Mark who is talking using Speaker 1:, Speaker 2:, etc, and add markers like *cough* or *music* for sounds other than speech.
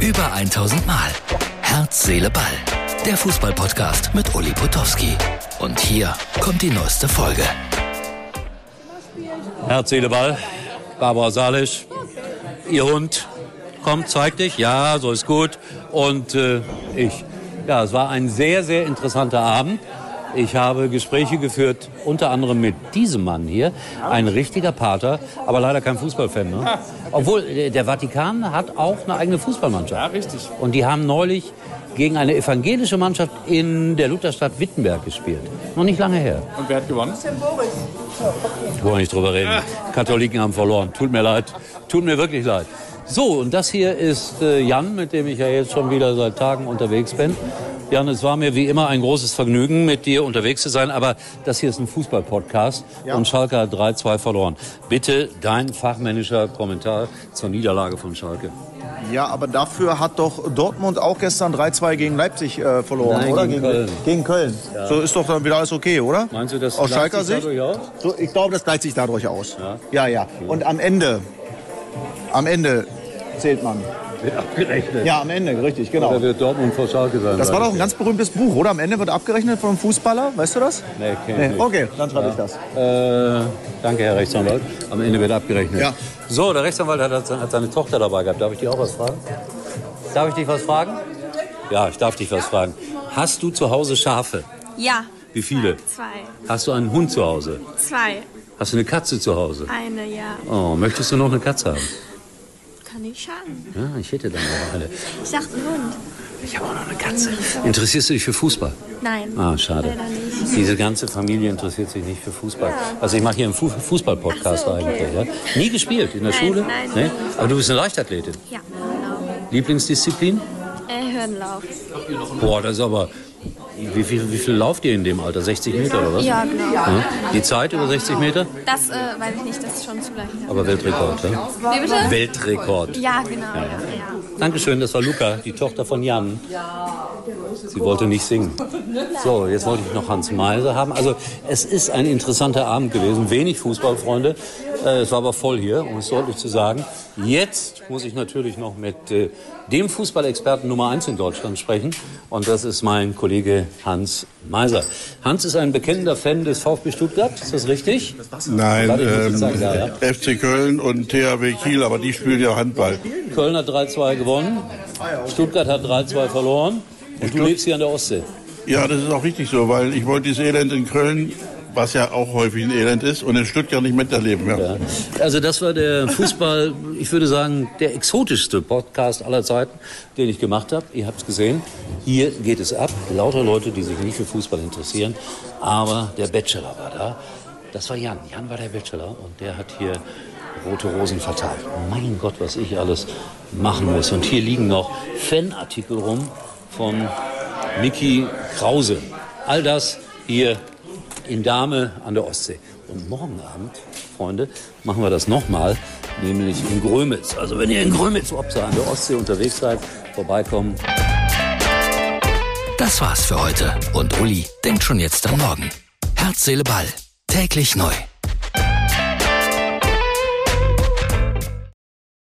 Speaker 1: Über 1000 Mal. Herz, Seele, Ball. Der Fußballpodcast mit Uli Potowski. Und hier kommt die neueste Folge.
Speaker 2: Herz, Seele, Ball. Barbara Salisch, ihr Hund. Komm, zeig dich. Ja, so ist gut. Und äh, ich. Ja, es war ein sehr, sehr interessanter Abend. Ich habe Gespräche geführt, unter anderem mit diesem Mann hier, ein richtiger Pater, aber leider kein Fußballfan. Ne? Obwohl, äh, der Vatikan hat auch eine eigene Fußballmannschaft.
Speaker 3: Ja, richtig.
Speaker 2: Und die haben neulich gegen eine evangelische Mannschaft in der Lutherstadt Wittenberg gespielt. Noch nicht lange her.
Speaker 3: Und wer hat gewonnen?
Speaker 2: Wollen wir nicht drüber
Speaker 4: *laughs*
Speaker 2: reden. Katholiken haben verloren. Tut mir leid. Tut mir wirklich leid. So, und das hier ist äh, Jan, mit dem ich ja jetzt schon wieder seit Tagen unterwegs bin. Jan, es war mir wie immer ein großes Vergnügen, mit dir unterwegs zu sein, aber das hier ist ein Fußball-Podcast und Schalke hat 3-2 verloren. Bitte dein fachmännischer Kommentar zur Niederlage von Schalke.
Speaker 4: Ja, aber dafür hat doch Dortmund auch gestern 3-2 gegen Leipzig äh, verloren,
Speaker 2: Nein,
Speaker 4: oder?
Speaker 2: gegen Köln.
Speaker 4: Gegen Köln. So ist doch dann wieder alles okay, oder?
Speaker 2: Meinst du, das
Speaker 4: Aus
Speaker 2: gleicht
Speaker 4: Schalker
Speaker 2: sich
Speaker 4: Sicht?
Speaker 2: dadurch aus?
Speaker 4: So, ich glaube, das gleicht sich dadurch aus. Ja, ja. Und am Ende, am Ende zählt man.
Speaker 2: Wird abgerechnet.
Speaker 4: Ja, am Ende, richtig, genau.
Speaker 2: Da wird Dortmund vor Schalke sein.
Speaker 4: Das war doch ein
Speaker 2: leider.
Speaker 4: ganz berühmtes Buch, oder? Am Ende wird abgerechnet vom Fußballer, weißt du das?
Speaker 2: Nee, kenn ich nicht.
Speaker 4: Okay, dann schreibe ich das.
Speaker 2: Äh, danke, Herr Rechtsanwalt. Am Ende wird abgerechnet.
Speaker 4: Ja.
Speaker 2: So, der Rechtsanwalt hat, hat seine Tochter dabei gehabt. Darf ich dich auch was fragen? Darf ich dich was fragen? Ja, ich darf dich was fragen. Hast du zu Hause Schafe?
Speaker 5: Ja.
Speaker 2: Wie viele?
Speaker 5: Zwei.
Speaker 2: Hast du einen Hund zu Hause?
Speaker 5: Zwei.
Speaker 2: Hast du eine Katze zu Hause?
Speaker 5: Eine, ja.
Speaker 2: Oh, möchtest du noch eine Katze haben?
Speaker 5: Kann nicht schaden.
Speaker 2: Ja, ich hätte dann noch eine.
Speaker 5: Ich dachte ein Hund.
Speaker 2: Ich habe auch noch eine Katze. Interessierst du dich für Fußball?
Speaker 5: Nein.
Speaker 2: Ah, schade.
Speaker 5: Leider nicht.
Speaker 2: Diese ganze Familie interessiert sich nicht für Fußball. Also ich mache hier einen Fu Fußball-Podcast
Speaker 5: Ach so, okay.
Speaker 2: eigentlich. Ja? Nie gespielt in der
Speaker 5: Nein,
Speaker 2: Schule?
Speaker 5: nein,
Speaker 2: Nee?
Speaker 5: nein.
Speaker 2: Aber du bist eine Leichtathletin.
Speaker 5: Ja, Hirnlauf.
Speaker 2: Lieblingsdisziplin?
Speaker 5: Äh, Hirnlauf.
Speaker 2: Boah, das ist aber. Wie viel, wie viel lauft ihr in dem Alter? 60 Meter oder was?
Speaker 5: Ja, genau.
Speaker 2: Hm? Die Zeit über 60 Meter?
Speaker 5: Das äh, weiß ich nicht, das ist schon zu leicht.
Speaker 2: Aber Weltrekord, ne?
Speaker 5: Wie bitte?
Speaker 2: Weltrekord.
Speaker 5: Ja, genau. Ja, ja.
Speaker 2: Dankeschön, das war Luca, die Tochter von Jan. Sie wollte nicht singen. So, jetzt wollte ich noch Hans Meiser haben. Also es ist ein interessanter Abend gewesen. Wenig Fußballfreunde. Äh, es war aber voll hier, um es deutlich zu sagen. Jetzt muss ich natürlich noch mit äh, dem Fußballexperten Nummer eins in Deutschland sprechen. Und das ist mein Kollege Hans Meiser. Hans ist ein bekennender Fan des VfB Stuttgart. Ist das richtig?
Speaker 6: Nein,
Speaker 2: Warte, ich muss jetzt
Speaker 6: ähm,
Speaker 2: sagen, ja, ja.
Speaker 6: FC Köln und THW Kiel, aber die spielen ja Handball.
Speaker 2: Köln hat 3-2 gewonnen. Stuttgart hat 3-2 verloren. Und du lebst hier an der Ostsee.
Speaker 6: Ja, das ist auch richtig so, weil ich wollte dieses Elend in Köln, was ja auch häufig ein Elend ist, und in Stuttgart nicht miterleben. Ja.
Speaker 2: Ja. Also das war der Fußball, ich würde sagen, der exotischste Podcast aller Zeiten, den ich gemacht habe. Ihr habt es gesehen. Hier geht es ab. Lauter Leute, die sich nicht für Fußball interessieren. Aber der Bachelor war da. Das war Jan. Jan war der Bachelor und der hat hier rote Rosen verteilt. Mein Gott, was ich alles machen muss. Und hier liegen noch Fanartikel rum von Mickey Krause. All das hier in Dahme an der Ostsee. Und morgen Abend, Freunde, machen wir das nochmal, nämlich in Grömitz. Also wenn ihr in Grömitz, ob ihr an der Ostsee unterwegs seid, vorbeikommen,
Speaker 1: Das war's für heute. Und Uli denkt schon jetzt an morgen. Herz, Seele, Ball. Täglich neu.